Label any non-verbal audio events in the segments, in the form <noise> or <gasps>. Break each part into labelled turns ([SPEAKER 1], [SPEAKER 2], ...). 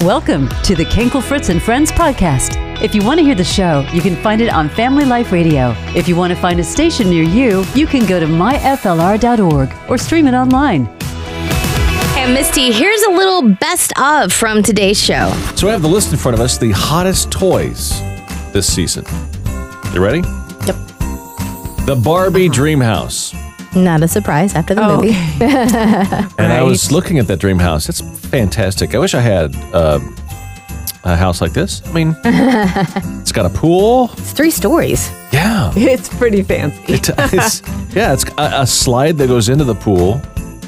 [SPEAKER 1] Welcome to the Kenkel Fritz and Friends podcast. If you want to hear the show, you can find it on Family Life Radio. If you want to find a station near you, you can go to myflr.org or stream it online.
[SPEAKER 2] Hey, Misty, here's a little best of from today's show.
[SPEAKER 3] So I have the list in front of us, the hottest toys this season. You ready?
[SPEAKER 2] Yep. Uh-huh.
[SPEAKER 3] The Barbie Dream House.
[SPEAKER 2] Not a surprise after the movie. <laughs>
[SPEAKER 3] And I was looking at that dream house. It's fantastic. I wish I had uh, a house like this. I
[SPEAKER 2] <laughs>
[SPEAKER 3] mean, <laughs> it's got a pool.
[SPEAKER 2] It's three stories. <laughs>
[SPEAKER 3] Yeah.
[SPEAKER 4] It's pretty fancy.
[SPEAKER 3] It- it's, yeah, it's a, a slide that goes into the pool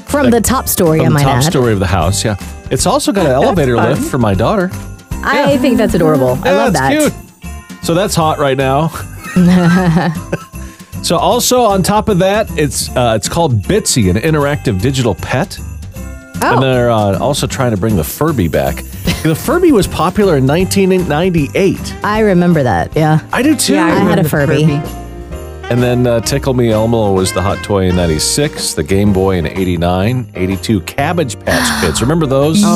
[SPEAKER 2] From the top story,
[SPEAKER 3] from
[SPEAKER 2] I
[SPEAKER 3] the
[SPEAKER 2] might
[SPEAKER 3] top
[SPEAKER 2] add.
[SPEAKER 3] story of the house. Yeah. It's also got an elevator
[SPEAKER 4] fun.
[SPEAKER 3] lift for my daughter.
[SPEAKER 2] I think that's adorable. I
[SPEAKER 3] Yeah,
[SPEAKER 2] love that.
[SPEAKER 3] that's Cute. So that's hot right now. <laughs> so also on top of that, it's uh, it's called Bitsy, an interactive digital pet.
[SPEAKER 2] Oh.
[SPEAKER 3] And they're uh, also trying to bring the Furby back.
[SPEAKER 2] <laughs>
[SPEAKER 3] the Furby was popular in 1998.
[SPEAKER 2] I remember that. Yeah.
[SPEAKER 3] I do too.
[SPEAKER 4] Yeah,
[SPEAKER 2] I had a
[SPEAKER 4] remember
[SPEAKER 2] Furby.
[SPEAKER 3] and then uh, Tickle Me Elmo was the hot toy in 96, the Game Boy in 89, 82 Cabbage
[SPEAKER 2] <gasps>
[SPEAKER 3] Patch Kids. Remember those? <laughs>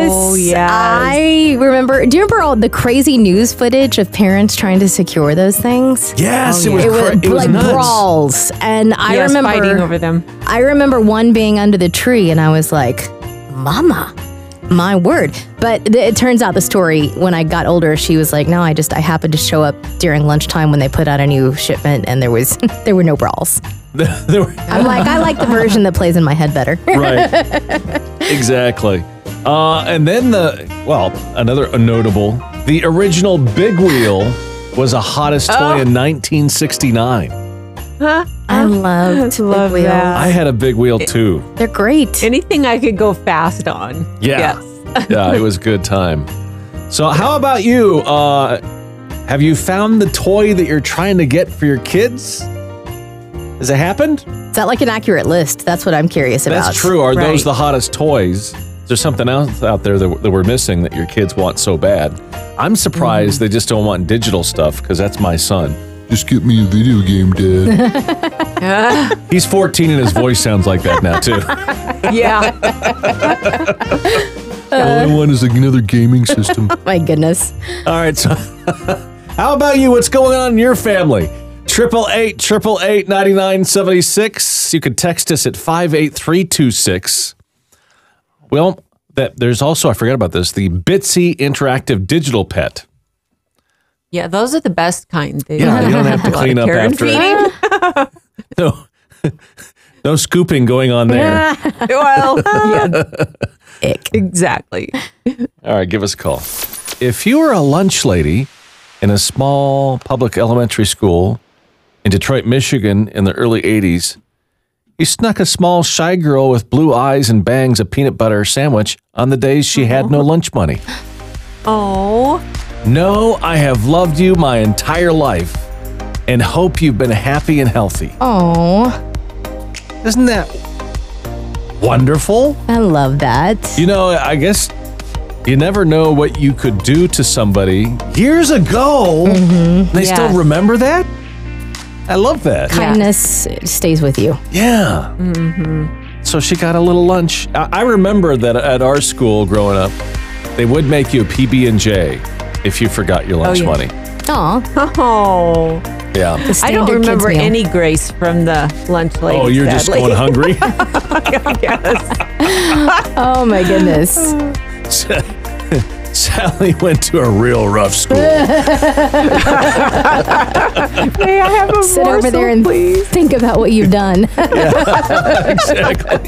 [SPEAKER 2] Yes.
[SPEAKER 4] yes.
[SPEAKER 2] I remember. Do you remember all the crazy news footage of parents trying to secure those things?
[SPEAKER 3] Yes,
[SPEAKER 4] Oh,
[SPEAKER 3] it was,
[SPEAKER 2] It was,
[SPEAKER 3] cra- it was
[SPEAKER 2] like
[SPEAKER 3] nuts.
[SPEAKER 2] brawls, and I
[SPEAKER 4] Yes,
[SPEAKER 2] remember
[SPEAKER 4] fighting over them.
[SPEAKER 2] I remember one being under the tree, and I was like, "Mama, my word!" But th- it turns out the story. When I got older, she was like, "No, I just I happened to show up during lunchtime when they put out a new shipment, and there was <laughs> there were no brawls."
[SPEAKER 3] There were-
[SPEAKER 2] I'm like,
[SPEAKER 3] <laughs>
[SPEAKER 2] I like the version that plays in my head better.
[SPEAKER 3] right exactly uh, and then the well another notable the original big wheel was a hottest toy
[SPEAKER 2] Oh.
[SPEAKER 3] in 1969
[SPEAKER 2] I <laughs> loved Big
[SPEAKER 4] Love
[SPEAKER 2] Wheels.
[SPEAKER 4] that.
[SPEAKER 3] i had a big wheel too
[SPEAKER 2] They're great.
[SPEAKER 4] Anything I could go fast on.
[SPEAKER 3] <laughs>
[SPEAKER 4] <laughs>
[SPEAKER 3] yeah
[SPEAKER 4] Yes.
[SPEAKER 3] yeah it was a good time so how about you uh, have you found the toy that you're trying to get for your kids has it happened
[SPEAKER 2] <laughs> Is that like an accurate list? That's what I'm curious about.
[SPEAKER 3] that's true are those
[SPEAKER 4] Right.
[SPEAKER 3] the hottest toys is there something else out there that, that we're missing that your kids want so bad i'm surprised
[SPEAKER 4] Mm.
[SPEAKER 3] they just don't want digital stuff because that's my son
[SPEAKER 5] Just get me a video game, Dad.
[SPEAKER 3] <laughs> He's 14 and his voice sounds like that now,
[SPEAKER 4] <laughs>
[SPEAKER 3] too.
[SPEAKER 4] Yeah. Uh,
[SPEAKER 5] All I want is like another gaming system.
[SPEAKER 2] Uh-huh. <laughs> My goodness.
[SPEAKER 3] All right, so <laughs> how about you? What's going on in your family? 888 888 9976. You can text us at 58326. Well, that there's also, I forgot about this, the Bitsy Interactive Digital Pet.
[SPEAKER 4] yeah, those are the best kind. They
[SPEAKER 3] Yeah, you don't have to
[SPEAKER 4] <laughs> A lot of
[SPEAKER 3] clean up
[SPEAKER 4] care and
[SPEAKER 3] after it. No, no scooping going on there.
[SPEAKER 4] feeding. <laughs>
[SPEAKER 2] <laughs>
[SPEAKER 4] well, yeah. Exactly.
[SPEAKER 3] All right, give us a call. If you were a lunch lady in a small public elementary school in Detroit, Michigan in the early 80s, you snuck a small shy girl with blue eyes and bangs a peanut butter sandwich on the days she had no lunch money.
[SPEAKER 4] Oh.
[SPEAKER 3] No, I have loved you my entire life and hope you've been happy and healthy.
[SPEAKER 2] Oh,
[SPEAKER 3] Isn't that wonderful?
[SPEAKER 2] I love that.
[SPEAKER 3] You know, I guess you never know what you could do to somebody years ago.
[SPEAKER 2] Mm-hmm.
[SPEAKER 3] They
[SPEAKER 4] Yes.
[SPEAKER 3] still remember that? I love that.
[SPEAKER 2] Kindness stays with you.
[SPEAKER 3] Yeah.
[SPEAKER 4] Mm-hmm.
[SPEAKER 3] So she got a little lunch. I, I remember that at our school growing up, they would make you a PB and J if you forgot your lunch
[SPEAKER 4] yeah.
[SPEAKER 3] money.
[SPEAKER 2] Aw.
[SPEAKER 4] Oh.
[SPEAKER 3] Yeah.
[SPEAKER 4] I don't
[SPEAKER 2] Standard kids
[SPEAKER 4] remember
[SPEAKER 2] meal.
[SPEAKER 4] any grace from the lunch lady.
[SPEAKER 3] Oh, you're just
[SPEAKER 4] sadly. <laughs>
[SPEAKER 3] going hungry. <laughs>
[SPEAKER 4] yes.
[SPEAKER 2] Oh
[SPEAKER 4] <laughs>
[SPEAKER 2] my goodness.
[SPEAKER 3] Sally went to a real rough
[SPEAKER 2] <laughs>
[SPEAKER 3] school.
[SPEAKER 4] May I have a
[SPEAKER 2] Sit over
[SPEAKER 4] morsel,
[SPEAKER 2] there and
[SPEAKER 4] please?
[SPEAKER 2] think about what
[SPEAKER 3] <laughs>
[SPEAKER 2] you've done.
[SPEAKER 3] exactly.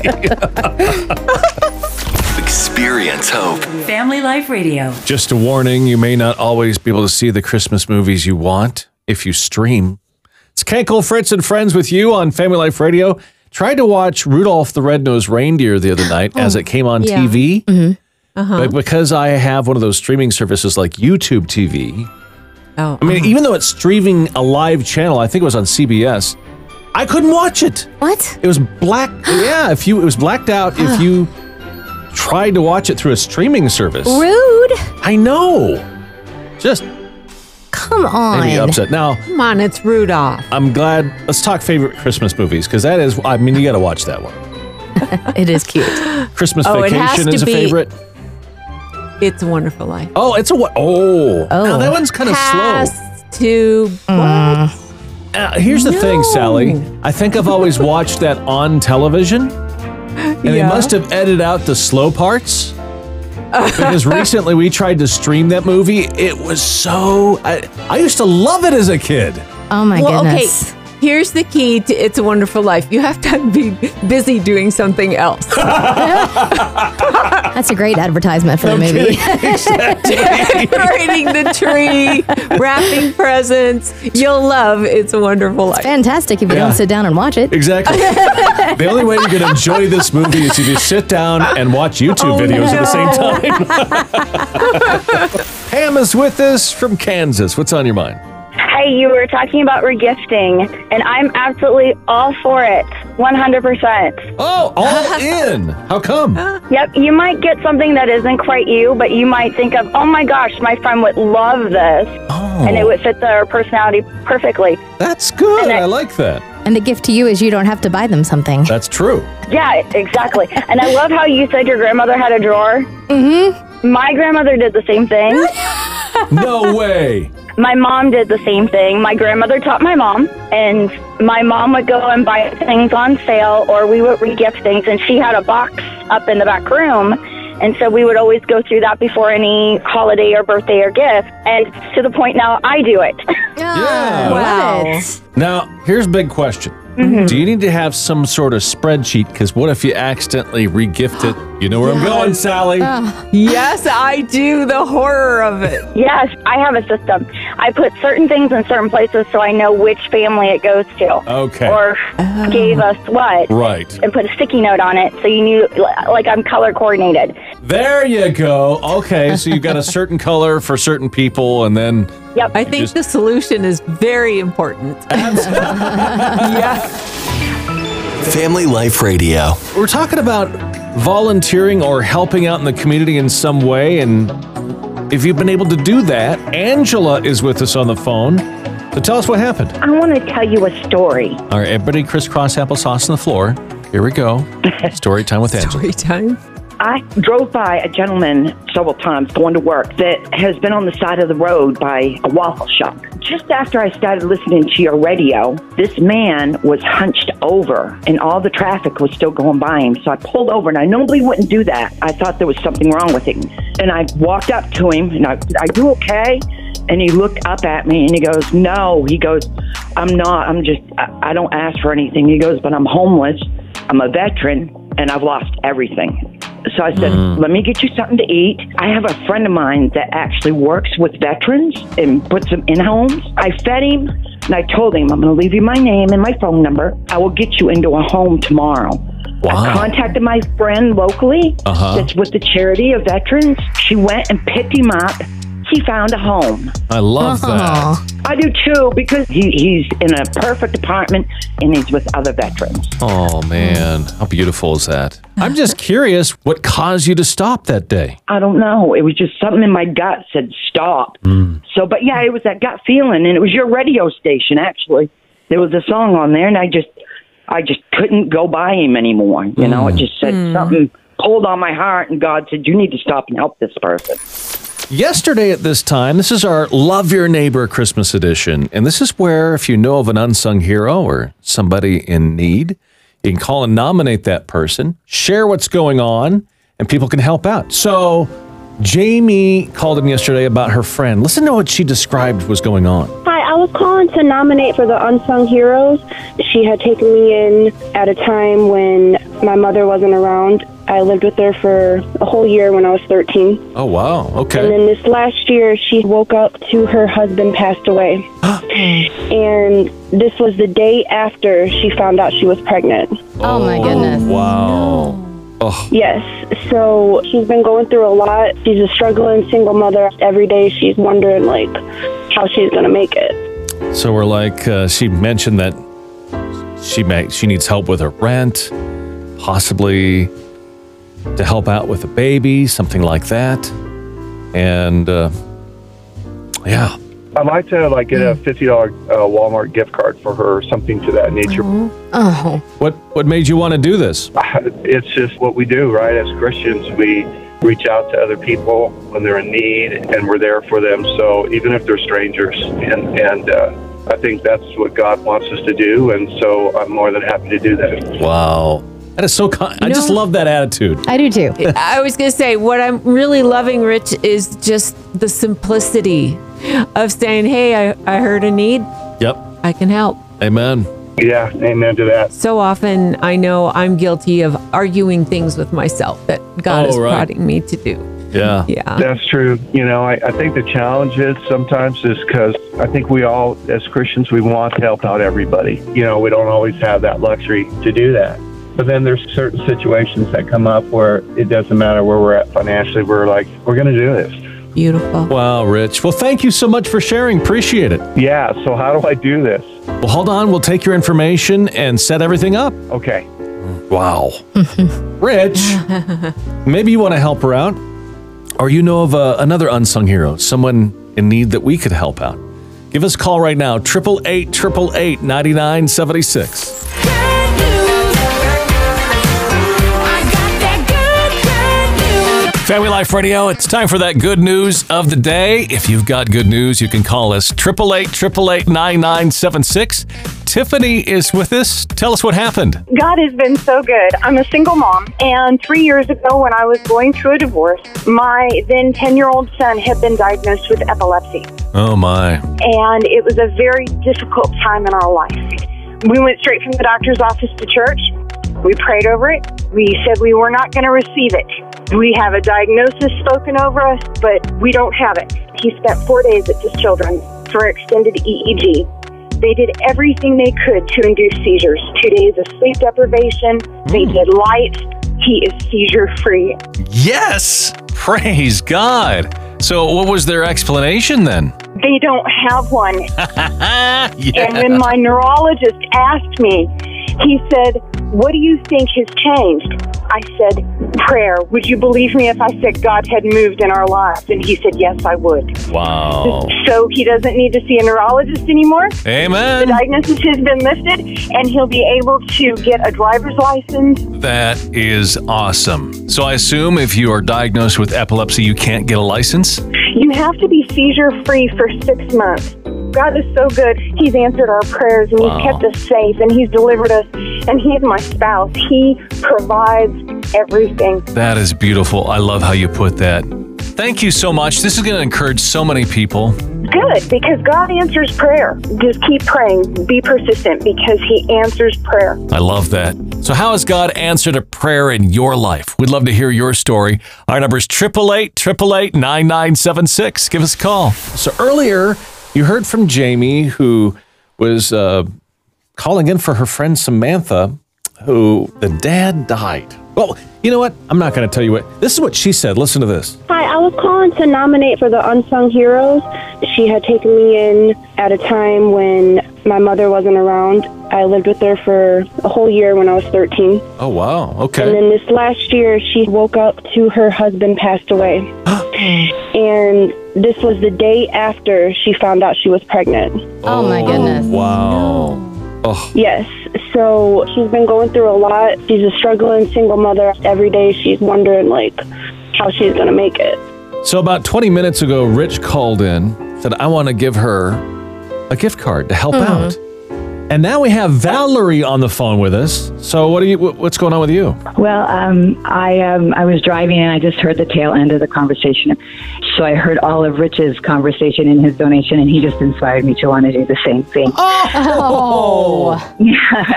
[SPEAKER 6] Experience hope.
[SPEAKER 1] Family Life Radio.
[SPEAKER 3] Just a warning you may not always be able to see the Christmas movies you want if you stream. It's Kenkel, Fritz, and Friends with you on Family Life Radio. Tried to watch Rudolph the Red-Nosed Reindeer the other
[SPEAKER 2] <gasps>
[SPEAKER 3] night as it came on
[SPEAKER 2] Oh, yeah. Mm-hmm. Uh-huh.
[SPEAKER 3] TV. But because I have one of those streaming services like YouTube TV,
[SPEAKER 4] Oh,
[SPEAKER 3] I mean,
[SPEAKER 2] uh-huh.
[SPEAKER 3] even though it's streaming a live channel, I think it was on CBS, I couldn't watch it.
[SPEAKER 2] what?
[SPEAKER 3] It was
[SPEAKER 2] <gasps>
[SPEAKER 3] black. yeah, if you, it was blacked out if you tried to watch it through a streaming service.
[SPEAKER 2] Rude.
[SPEAKER 3] I know. Just
[SPEAKER 2] Come on.
[SPEAKER 3] maybe upset. Now,
[SPEAKER 4] come on, it's Rudolph.
[SPEAKER 3] I'm glad. Let's talk favorite Christmas movies because that is, I mean, you got to watch that one.
[SPEAKER 2] <laughs> It is cute.
[SPEAKER 3] Christmas
[SPEAKER 4] Oh, it has
[SPEAKER 3] Vacation
[SPEAKER 4] to
[SPEAKER 3] is a
[SPEAKER 4] be-
[SPEAKER 3] favorite.
[SPEAKER 4] It's a Wonderful Life.
[SPEAKER 3] Oh, it's a what? Oh,
[SPEAKER 2] Oh.
[SPEAKER 3] Now, that one's kind of slow.
[SPEAKER 4] Has to what?
[SPEAKER 3] Uh, here's the thing, Sally.
[SPEAKER 4] Mm. No.
[SPEAKER 3] I think I've always watched that on television, and they
[SPEAKER 4] Yeah.
[SPEAKER 3] must have edited out the slow parts.
[SPEAKER 4] <laughs>
[SPEAKER 3] because recently we tried to stream that movie. It was so. I, I used to love it as a kid.
[SPEAKER 2] Oh my
[SPEAKER 4] well,
[SPEAKER 2] goodness.
[SPEAKER 4] okay. Here's the key to It's a Wonderful Life. You have to be busy doing
[SPEAKER 3] <laughs>
[SPEAKER 4] something else.
[SPEAKER 2] That's a great advertisement for the movie.
[SPEAKER 4] <laughs> Decorating the <laughs> tree,
[SPEAKER 2] <laughs>
[SPEAKER 4] wrapping presents. You'll love It's a Wonderful Life.
[SPEAKER 2] Fantastic if you
[SPEAKER 3] Yeah.
[SPEAKER 2] don't sit down and watch it.
[SPEAKER 3] Exactly.
[SPEAKER 2] <laughs>
[SPEAKER 3] the only way you can enjoy this movie is if you sit down and watch YouTube
[SPEAKER 4] Oh,
[SPEAKER 3] videos at the
[SPEAKER 4] no.
[SPEAKER 3] <laughs> same time. Pam is with us from Kansas. What's on your mind?
[SPEAKER 7] Hey, you were talking about regifting, and I'm absolutely all for it, 100%.
[SPEAKER 3] Oh, all in. How come?
[SPEAKER 7] <laughs> Yep, you might get something that isn't quite you, but you might think of, oh my gosh, my friend would love this, and it would fit their personality perfectly.
[SPEAKER 3] Oh. That's good. I like that.
[SPEAKER 2] And the gift to you is you don't have to buy them something.
[SPEAKER 3] That's true.
[SPEAKER 7] Yeah, exactly. and I love how you said your grandmother had a drawer. Mm-hmm. My grandmother did the same thing.
[SPEAKER 4] <laughs>
[SPEAKER 3] No way.
[SPEAKER 7] My mom did the same thing. My grandmother taught my mom, and my mom would go and buy things on sale, or we would regift things. And she had a box up in the back room, and so we would always go through that before any holiday or birthday or gift. And to the point now, I do it.
[SPEAKER 3] Yeah.
[SPEAKER 2] Love
[SPEAKER 4] Wow.
[SPEAKER 2] it.
[SPEAKER 3] Now, here's a big question.
[SPEAKER 4] Mm-hmm.
[SPEAKER 3] Do you need to have some sort of spreadsheet? Because what if you accidentally regift it? You know where I'm going, Sally.
[SPEAKER 4] Uh. Yes, I do. The horror of it.
[SPEAKER 7] yes, I have a system. I put certain things in certain places so I know which family it goes to,
[SPEAKER 3] Okay.
[SPEAKER 7] or
[SPEAKER 4] Oh.
[SPEAKER 7] who gave us what.
[SPEAKER 3] right.
[SPEAKER 7] And put a sticky note on it so you knew, like, I'm color
[SPEAKER 4] <laughs>
[SPEAKER 7] coordinated. <laughs>
[SPEAKER 3] There you go. Okay, so you've got a certain color for certain people, and then
[SPEAKER 7] Yep.
[SPEAKER 4] I think
[SPEAKER 3] just-
[SPEAKER 4] the solution is very
[SPEAKER 8] <laughs>
[SPEAKER 4] important. yeah.
[SPEAKER 6] Family Life Radio.
[SPEAKER 3] we're talking about volunteering or helping out in the community in some way. And if you've been able to do that, Angela is with us on the phone. So tell us what happened.
[SPEAKER 7] I want to tell you a story.
[SPEAKER 3] All right, everybody, crisscross applesauce on the floor. Here
[SPEAKER 7] <laughs>
[SPEAKER 3] we go. Story time with Angela.
[SPEAKER 4] Story time.
[SPEAKER 9] I drove by a gentleman several times going to work that has been on the side of the road by a waffle shop. Just after I started listening to your radio, this man was hunched over and all the traffic was still going by him. So I pulled over and I normally wouldn't do that. I thought there was something wrong with him. And I walked up to him and I, are you okay? And he looked up at me and he goes, no. He goes, I'm not. I'm just, I, I don't ask for anything. He goes, but I'm homeless. I'm a veteran and I've lost everything. So I said,
[SPEAKER 3] Mm.
[SPEAKER 9] let me get you something to eat. I have a friend of mine that actually works with veterans and puts them in homes. I fed him and I told him, I'm going to leave you my name and my phone number. I will get you into a home tomorrow. I
[SPEAKER 3] Wow.
[SPEAKER 9] contacted my friend locally
[SPEAKER 3] Uh-huh.
[SPEAKER 9] that's with the charity of veterans. She went and picked him up. He found a home.
[SPEAKER 3] I love that.
[SPEAKER 2] Aw.
[SPEAKER 9] I do too because he, he's in a perfect apartment and he's with other veterans.
[SPEAKER 3] Oh, man. How beautiful is that? I'm just curious what caused you to stop that day?
[SPEAKER 9] I don't know. It was just something in my gut said stop. So, but yeah, it was that gut feeling, and it was your radio station actually. There was a song on there, and I just, I just couldn't go by him anymore. You know, it just said something pulled on my heart, and God said, "You need to stop and help this person."
[SPEAKER 3] Yesterday at this time, this is our Love Your Neighbor Christmas edition. And this is where, if you know of an unsung hero or somebody in need, you can call and nominate that person, share what's going on, and people can help out. So, Jamie called in yesterday about her friend. Listen to what she described was going on.
[SPEAKER 10] Hi, I was calling to nominate for the Unsung Heroes. She had taken me in at a time when my mother wasn't around. I lived with her for a whole year when I was 13.
[SPEAKER 3] Oh, wow.
[SPEAKER 10] And
[SPEAKER 3] Okay.
[SPEAKER 10] then this last year, she woke up to her husband passed
[SPEAKER 3] <gasps>
[SPEAKER 10] away. and this was the day after she found out she was pregnant.
[SPEAKER 2] Oh, my goodness.
[SPEAKER 3] Wow. Oh,
[SPEAKER 10] Yes. So she's been going through a lot. She's a struggling single mother. Every day she's wondering, like, how she's going to make it.
[SPEAKER 3] So we're like, uh, she mentioned that she may, she needs help with her rent, possibly to help out with a baby, something like that. And uh, yeah,
[SPEAKER 8] I'd like to like get a fifty dollar uh, Walmart gift card for her, or something to that nature.
[SPEAKER 2] Oh.
[SPEAKER 8] <laughs>
[SPEAKER 3] what what made you want to do this?
[SPEAKER 8] It's just what we do, right? As Christians, we reach out to other people when they're in need, and we're there for them. So even if they're strangers, and and uh, I think that's what God wants us to do, and so I'm more than happy to do that.
[SPEAKER 3] Wow. That is so kind. I just love that attitude.
[SPEAKER 2] I do too.
[SPEAKER 4] I was going to say, what I'm really loving, Rich, is just the simplicity of saying, hey, I, I heard a need.
[SPEAKER 3] Yep.
[SPEAKER 4] I can help.
[SPEAKER 3] Amen.
[SPEAKER 8] Yeah, amen to that.
[SPEAKER 4] So often I know I'm guilty of arguing things with myself that God
[SPEAKER 8] Oh,
[SPEAKER 4] is
[SPEAKER 8] right.
[SPEAKER 4] prodding me to do.
[SPEAKER 3] Yeah.
[SPEAKER 4] Yeah.
[SPEAKER 8] That's true. You know, I, I think the challenge is sometimes is because I think we all, as Christians, we want to help out everybody. You know, we don't always have that luxury to do that. But then there's certain situations that come up where it doesn't matter where we're at financially. We're like, we're going to do this.
[SPEAKER 4] Beautiful.
[SPEAKER 3] Wow, Rich. Well, thank you so much for sharing. Appreciate it.
[SPEAKER 8] Yeah. So, how do I do this?
[SPEAKER 3] Well, hold on. We'll take your information and set everything up.
[SPEAKER 8] Okay.
[SPEAKER 4] <laughs>
[SPEAKER 3] Wow. Rich, <laughs> maybe you want to help her out, or you know of uh, another unsung hero, someone in need that we could help out. Give us a call right now, 888 888 9976. Family Life Radio, it's time for that good news of the day. If you've got good news, you can call us 888 888 9976. Tiffany is with us. Tell us what happened.
[SPEAKER 11] God has been so good. I'm a single mom, and three years ago, when I was going through a divorce, my then 10 year old son had been diagnosed with epilepsy,
[SPEAKER 3] Oh, my.
[SPEAKER 11] and it was a very difficult time in our life. We went straight from the doctor's office to church. We prayed over it. We said we were not going to receive it. We have a diagnosis spoken over us, but we don't have it. He spent four days at his children for extended EEG. They did everything they could to induce seizures. Two days of sleep deprivation. They did lights. He is seizure free.
[SPEAKER 3] Yes! Praise God. So, what was their explanation then?
[SPEAKER 11] They don't have one.
[SPEAKER 3] <laughs> Yeah.
[SPEAKER 11] And when my neurologist asked me, he said, What do you think has changed? I said, Prayer. Would you believe me if I said God had moved in our lives? And he said, Yes, I would.
[SPEAKER 3] Wow.
[SPEAKER 11] So he doesn't need to see a neurologist anymore.
[SPEAKER 3] Amen.
[SPEAKER 11] The diagnosis has been lifted, and he'll be able to get a driver's license.
[SPEAKER 3] That is awesome. So, I assume if you are diagnosed with epilepsy, you can't get a license?
[SPEAKER 11] You have to be seizure free for six months. God is so good. He's answered our prayers and
[SPEAKER 3] Wow.
[SPEAKER 11] He's kept us safe and He's delivered us. And He's my spouse. He provides everything.
[SPEAKER 3] That is beautiful. I love how you put that. Thank you so much. This is going to encourage so many people.
[SPEAKER 11] Good, because God answers prayer. Just keep praying. Be persistent because He answers prayer.
[SPEAKER 3] I love that. So, how has God answered a prayer in your life? We'd love to hear your story. Our number is 888 888 9976. Give us a call. So, earlier you heard from Jamie, who was uh, calling in for her friend Samantha, who the dad died. Well, you know what? I'm not going to tell you what. This is what she said. Listen to this.
[SPEAKER 10] Hi, I was calling to nominate for the Unsung Heroes. She had taken me in at a time when my mother wasn't around. I lived with her for a whole year when I was 13.
[SPEAKER 3] Oh, wow.
[SPEAKER 10] And
[SPEAKER 3] Okay.
[SPEAKER 10] then this last year, she woke up to her husband passed
[SPEAKER 3] <gasps>
[SPEAKER 10] away. and this was the day after she found out she was pregnant.
[SPEAKER 2] Oh, my goodness.
[SPEAKER 3] Wow. Oh,
[SPEAKER 10] Yes. So she's been going through a lot. She's a struggling single mother. Every day she's wondering, like, how she's going to make it.
[SPEAKER 3] So about 20 minutes ago, Rich called in, said, I want to give her a gift card to help out. And now we have Valerie on the phone with us. So what are you wh- what's going on with you?
[SPEAKER 12] Well, um, I um, I was driving and I just heard the tail end of the conversation. So I heard all of Rich's conversation and his donation, and he just inspired me to want to do the same thing.
[SPEAKER 3] Oh,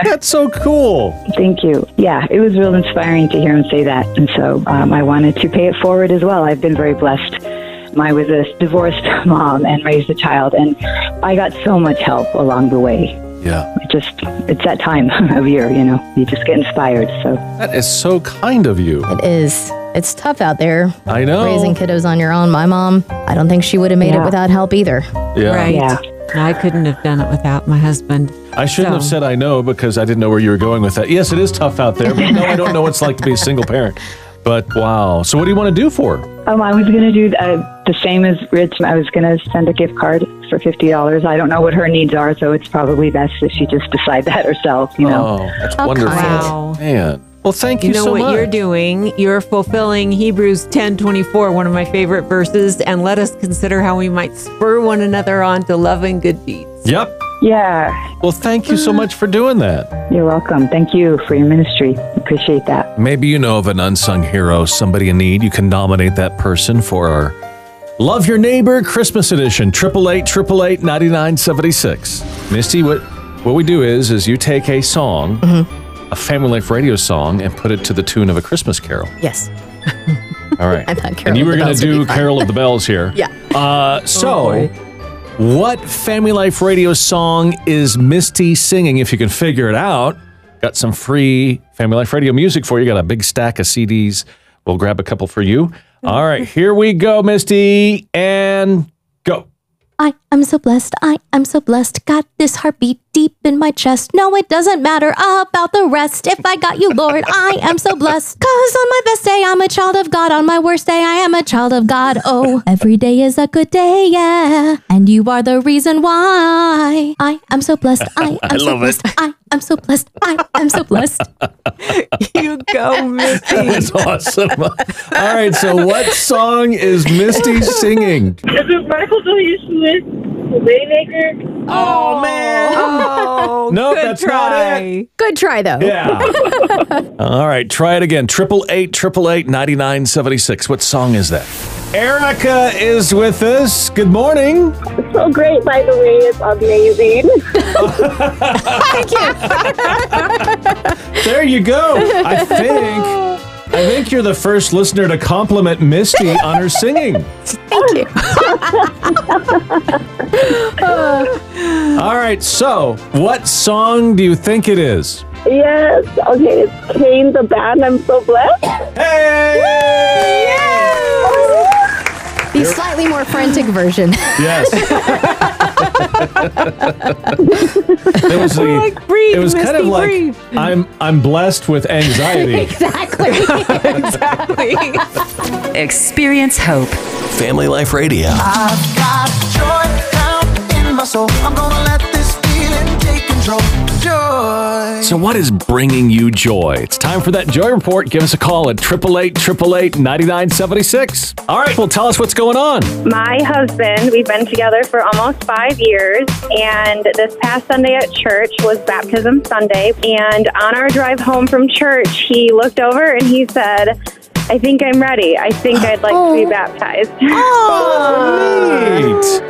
[SPEAKER 3] that's so cool.
[SPEAKER 12] Thank you. Yeah, it was real inspiring to hear him say that, and so um, I wanted to pay it forward as well. I've been very blessed. I was a divorced <laughs> mom and raised a child, and I got so much help along the way.
[SPEAKER 3] Yeah.
[SPEAKER 12] It just it's that time <laughs> of year, you know. You just get inspired. So
[SPEAKER 3] That is so kind of you.
[SPEAKER 2] It is. It's tough out there.
[SPEAKER 3] I know.
[SPEAKER 2] Raising kiddos on your own. My mom, I don't think she would have made
[SPEAKER 4] Yeah.
[SPEAKER 2] it without help either.
[SPEAKER 4] <laughs> Right. I couldn't have done it without my husband.
[SPEAKER 3] I shouldn't have said I know because I didn't know where you were going with that. Yes, it is tough out there, but no, I don't know what it's like to be a single parent. But wow. So what do you want to do for her?
[SPEAKER 12] Um, I was gonna do uh, the same as Rich. I was gonna send a gift card for fifty dollars. I don't know what her needs are, so it's probably best if she just decide that herself. You know.
[SPEAKER 3] Oh, that's
[SPEAKER 12] How
[SPEAKER 3] wonderful.
[SPEAKER 12] kind.
[SPEAKER 3] Man. Well, thank you
[SPEAKER 4] know
[SPEAKER 3] so
[SPEAKER 4] what
[SPEAKER 3] much.
[SPEAKER 4] you're doing. You're fulfilling Hebrews 10:24, one of my favorite verses, and let us consider how we might spur one another on to love and good deeds.
[SPEAKER 3] Yep.
[SPEAKER 12] Yeah.
[SPEAKER 3] Well, thank you so much for doing that.
[SPEAKER 12] You're welcome. Thank you for your ministry. Appreciate that.
[SPEAKER 3] Maybe you know of an unsung hero, somebody in need. You can nominate that person for our Love Your Neighbor Christmas Edition, 888 888 9976. Misty, what, what we do is, is you take a song, a Family Life radio song, and put it to the tune of a Christmas carol.
[SPEAKER 2] Yes.
[SPEAKER 3] All right.
[SPEAKER 2] I thought Carol
[SPEAKER 3] and you
[SPEAKER 2] of
[SPEAKER 3] were
[SPEAKER 2] the
[SPEAKER 3] going to
[SPEAKER 2] Bells would
[SPEAKER 3] do
[SPEAKER 2] be fun.
[SPEAKER 3] Carol of the Bells here.
[SPEAKER 2] Yeah.
[SPEAKER 3] Uh, so, what Family Life Radio song is Misty singing? If you can figure it out, got some free Family Life Radio music for you. Got a big stack of CDs. We'll grab a couple for
[SPEAKER 2] <laughs>
[SPEAKER 3] you. All right, here we go, Misty, and go.
[SPEAKER 2] <laughs> I am so blessed. I am so blessed. Got this heartbeat deep in my chest. No, it doesn't matter about the rest. If I got you, Lord, I am so blessed. Cause on my best day, I'm a child of God. On my worst day, I am a child of God. Oh, every day is a good day, yeah. And you are the reason why. I am so blessed.
[SPEAKER 3] <laughs>
[SPEAKER 2] I am
[SPEAKER 4] <laughs> I
[SPEAKER 2] so
[SPEAKER 4] love it.
[SPEAKER 2] blessed. I am so blessed. I am so blessed.
[SPEAKER 4] you go,
[SPEAKER 3] <laughs>
[SPEAKER 4] Misty.
[SPEAKER 3] That's awesome. All right, so what song is
[SPEAKER 2] <laughs>
[SPEAKER 3] Misty singing?
[SPEAKER 13] Is it Michael W. Smith, the Waymaker?
[SPEAKER 3] Oh, man.
[SPEAKER 4] Oh,
[SPEAKER 3] <laughs> No, good that's not try.
[SPEAKER 2] Good try, though.
[SPEAKER 3] Yeah. All right, try it again. 888 888 9976. What song is that? Erica is with us. Good morning.
[SPEAKER 13] So great, by the way. It's amazing. <laughs>
[SPEAKER 3] There you go. I think I think you're the first listener to compliment Misty on her singing.
[SPEAKER 2] Thank you.
[SPEAKER 3] All right, so what song do you think it is?
[SPEAKER 13] yes. Okay, it's Kane the band. I'm so blessed.
[SPEAKER 3] Hey!
[SPEAKER 2] The slightly more
[SPEAKER 3] <laughs>
[SPEAKER 2] frantic version.
[SPEAKER 3] Yes. It was the,
[SPEAKER 4] Like, breathe,
[SPEAKER 3] it was kind of
[SPEAKER 4] Misty,
[SPEAKER 3] like
[SPEAKER 4] breathe.
[SPEAKER 3] I'm I'm blessed with anxiety.
[SPEAKER 2] exactly.
[SPEAKER 4] exactly.
[SPEAKER 1] Experience hope.
[SPEAKER 6] Family Life Radio.
[SPEAKER 14] <laughs> I've got joy down in my soul. I'm gonna let this feeling take control. Joy.
[SPEAKER 3] So, what is bringing you joy? It's time for that joy report. Give us a call at 888 888 9976. All right, well, tell us what's going on.
[SPEAKER 15] My husband, we've been together for almost five years, and this past Sunday at church was Baptism Sunday. And on our drive home from church, he looked over and he said, I think I'm ready. I think I'd like to be baptized.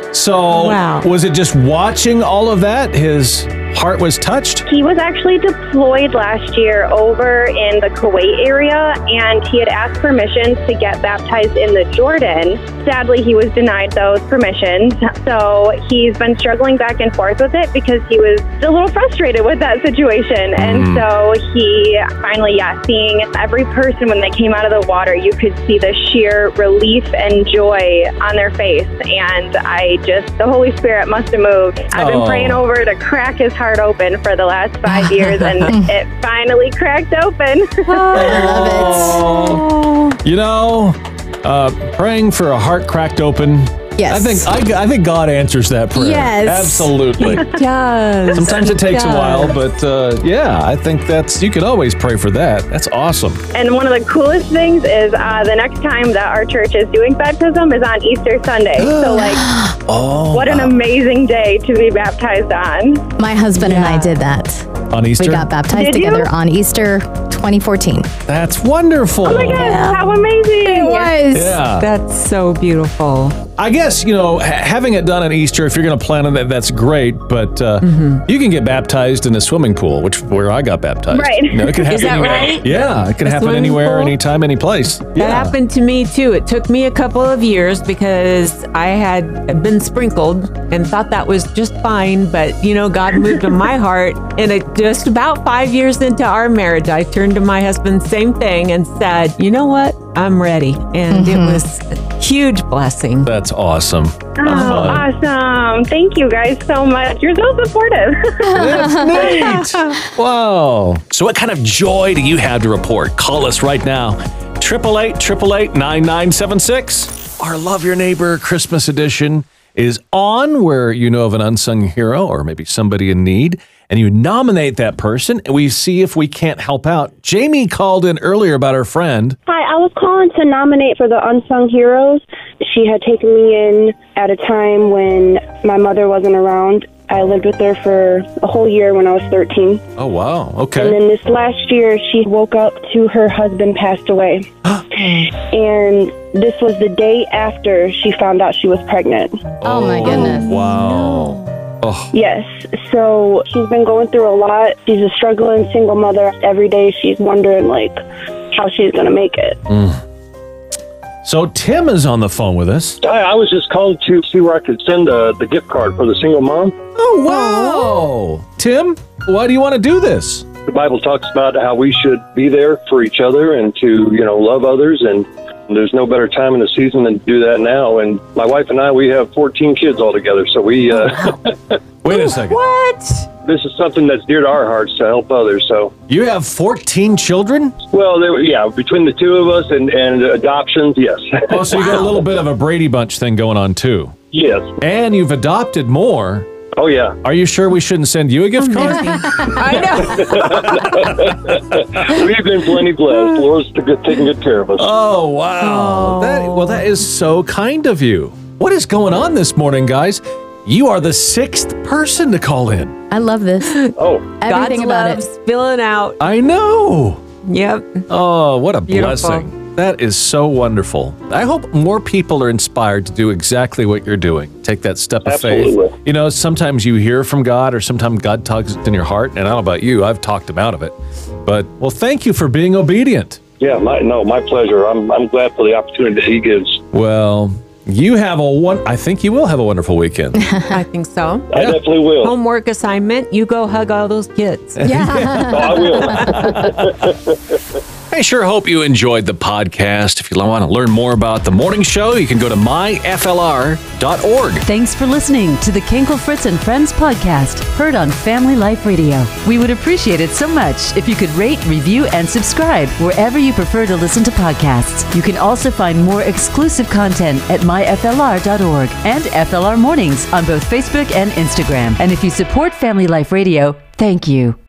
[SPEAKER 15] <laughs>
[SPEAKER 3] Great. So, was it just watching all of that? His heart was touched?
[SPEAKER 15] He was actually deployed last year over in the Kuwait area, and he had asked permission to get baptized in the Jordan. Sadly, he was denied those permissions. So he's been struggling back and forth with it because he was a little frustrated with that situation. And
[SPEAKER 16] Mm.
[SPEAKER 15] so he finally, yeah, seeing every person when they came out of the water, you could see the sheer relief and joy on their face. And I just, the Holy Spirit must have moved. I've been
[SPEAKER 17] Oh.
[SPEAKER 15] praying over to crack his heart open for the last five years, and it finally cracked open.
[SPEAKER 3] Oh, You know, uh, praying for a heart cracked open.
[SPEAKER 2] Yes.
[SPEAKER 3] I think I, I think God answers that prayer.
[SPEAKER 2] <laughs> Yes.
[SPEAKER 3] Absolutely.
[SPEAKER 4] It does.
[SPEAKER 3] Sometimes it takes a
[SPEAKER 15] does.
[SPEAKER 3] while, but uh, yeah, I think that's you can always pray for that. That's awesome.
[SPEAKER 15] And one of the coolest things is uh, the next time that our church is doing baptism is on Easter Sunday. so,
[SPEAKER 3] <gasps>
[SPEAKER 15] like,
[SPEAKER 3] Oh,
[SPEAKER 15] what an amazing day to be baptized on.
[SPEAKER 2] My husband and I did that.
[SPEAKER 3] on Easter.
[SPEAKER 2] We got baptized
[SPEAKER 15] Did you?
[SPEAKER 2] together on Easter 2014.
[SPEAKER 3] That's wonderful.
[SPEAKER 15] Oh my gosh, how amazing! It
[SPEAKER 2] was.
[SPEAKER 3] Yeah.
[SPEAKER 4] That's so beautiful.
[SPEAKER 3] I guess you know ha- having it done at Easter. If you're going to plan on that, that's great. But uh,
[SPEAKER 4] Mm-hmm.
[SPEAKER 3] you can get baptized in a swimming pool, which where I got baptized.
[SPEAKER 4] Right.
[SPEAKER 3] You know, it can happen
[SPEAKER 4] <laughs> Is that
[SPEAKER 3] anywhere.
[SPEAKER 4] right?
[SPEAKER 3] Yeah, it can
[SPEAKER 4] A
[SPEAKER 3] happen
[SPEAKER 4] swimming
[SPEAKER 3] anywhere,
[SPEAKER 4] pool?
[SPEAKER 3] anytime, any place.
[SPEAKER 4] That happened to me too. It took me a couple of years because I had been sprinkled and thought that was just fine. But, you know, God moved in
[SPEAKER 16] <laughs>
[SPEAKER 4] my heart. And it just about five years into our marriage, I turned to my husband, same thing, and said, you know what? I'm ready. And
[SPEAKER 2] Mm-hmm.
[SPEAKER 4] it was a huge blessing.
[SPEAKER 3] That's awesome. Uh,
[SPEAKER 15] Oh, awesome. Thank you guys so much. You're so supportive. <laughs>
[SPEAKER 3] That's neat. Wow. So, what kind of joy do you have to report? Call us right now. 888 888 9976. Our Love Your Neighbor Christmas edition is on where you know of an unsung hero or maybe somebody in need, and you nominate that person, and we see if we can't help out. Jamie called in earlier about her friend.
[SPEAKER 10] Hi, I was calling to nominate for the Unsung Heroes. She had taken me in at a time when my mother wasn't around. I lived with her for a whole year when I was 13.
[SPEAKER 3] Oh, wow.
[SPEAKER 10] And
[SPEAKER 3] Okay.
[SPEAKER 10] then this last year, she woke up to her husband passed
[SPEAKER 3] <gasps>
[SPEAKER 10] away. and this was the day after she found out she was pregnant.
[SPEAKER 2] Oh, my goodness.
[SPEAKER 3] Wow. Oh,
[SPEAKER 10] Yes. So she's been going through a lot. She's a struggling single mother. Every day she's wondering, like, how she's going to make it.
[SPEAKER 3] Mm. So Tim is on the phone with us.
[SPEAKER 16] Hi, I was just calling to see where I could send uh, the gift card for the single mom.
[SPEAKER 3] Oh, wow. Tim, why do you want to do this?
[SPEAKER 16] The Bible talks about how we should be there for each other and to, you know, love others. And there's no better time in the season than to do that now. And my wife and I, we have 14 kids all together. So we, uh,
[SPEAKER 3] Wait a second. What?
[SPEAKER 16] this is something that's dear to our hearts to help others. So
[SPEAKER 3] You have 14 children?
[SPEAKER 16] Well, there, yeah, between the two of us and, and adoptions, yes.
[SPEAKER 3] Oh, so you got a
[SPEAKER 16] <laughs>
[SPEAKER 3] little bit of a Brady Bunch thing going on, too.
[SPEAKER 16] Yes.
[SPEAKER 3] And you've adopted more.
[SPEAKER 16] Oh, yeah.
[SPEAKER 3] Are you sure we shouldn't send you a gift
[SPEAKER 2] <laughs>
[SPEAKER 3] card?
[SPEAKER 4] I know.
[SPEAKER 16] <laughs> We've been plenty blessed. Laura's t- taking good care of us.
[SPEAKER 3] <laughs> Oh, wow. That, well, that is so kind of you. What is going on this morning, guys? You are the sixth person to call in.
[SPEAKER 2] I love this.
[SPEAKER 16] Oh,
[SPEAKER 2] everything
[SPEAKER 4] God's
[SPEAKER 2] about
[SPEAKER 4] love
[SPEAKER 2] it.
[SPEAKER 4] spilling out.
[SPEAKER 3] I know.
[SPEAKER 4] Yep.
[SPEAKER 3] Oh, what a
[SPEAKER 4] Beautiful.
[SPEAKER 3] blessing. That is so wonderful. I hope more people are inspired to do exactly what you're doing. Take that step of faith.
[SPEAKER 16] Absolutely.
[SPEAKER 3] You know, sometimes you hear from God or sometimes God tugs in your heart. And I don't know about you, I've talked him out of it. But, well, thank you for being obedient.
[SPEAKER 16] Yeah, my, no, my pleasure. I'm, I'm glad for the opportunity that he gives.
[SPEAKER 3] Well, you have a one. I think you will have a wonderful weekend.
[SPEAKER 4] <laughs> I think so.
[SPEAKER 16] I definitely will.
[SPEAKER 4] Homework assignment. You go hug all those kids. <laughs>
[SPEAKER 16] Yeah. Oh, I will.
[SPEAKER 3] I sure hope you enjoyed the podcast. If you want to learn more about the morning show, you can go to myflr.org.
[SPEAKER 1] Thanks for listening to the Kinkle Fritz and Friends podcast, heard on Family Life Radio. We would appreciate it so much if you could rate, review, and subscribe wherever you prefer to listen to podcasts. You can also find more exclusive content at myflr.org and FLR Mornings on both Facebook and Instagram. And if you support Family Life Radio, thank you.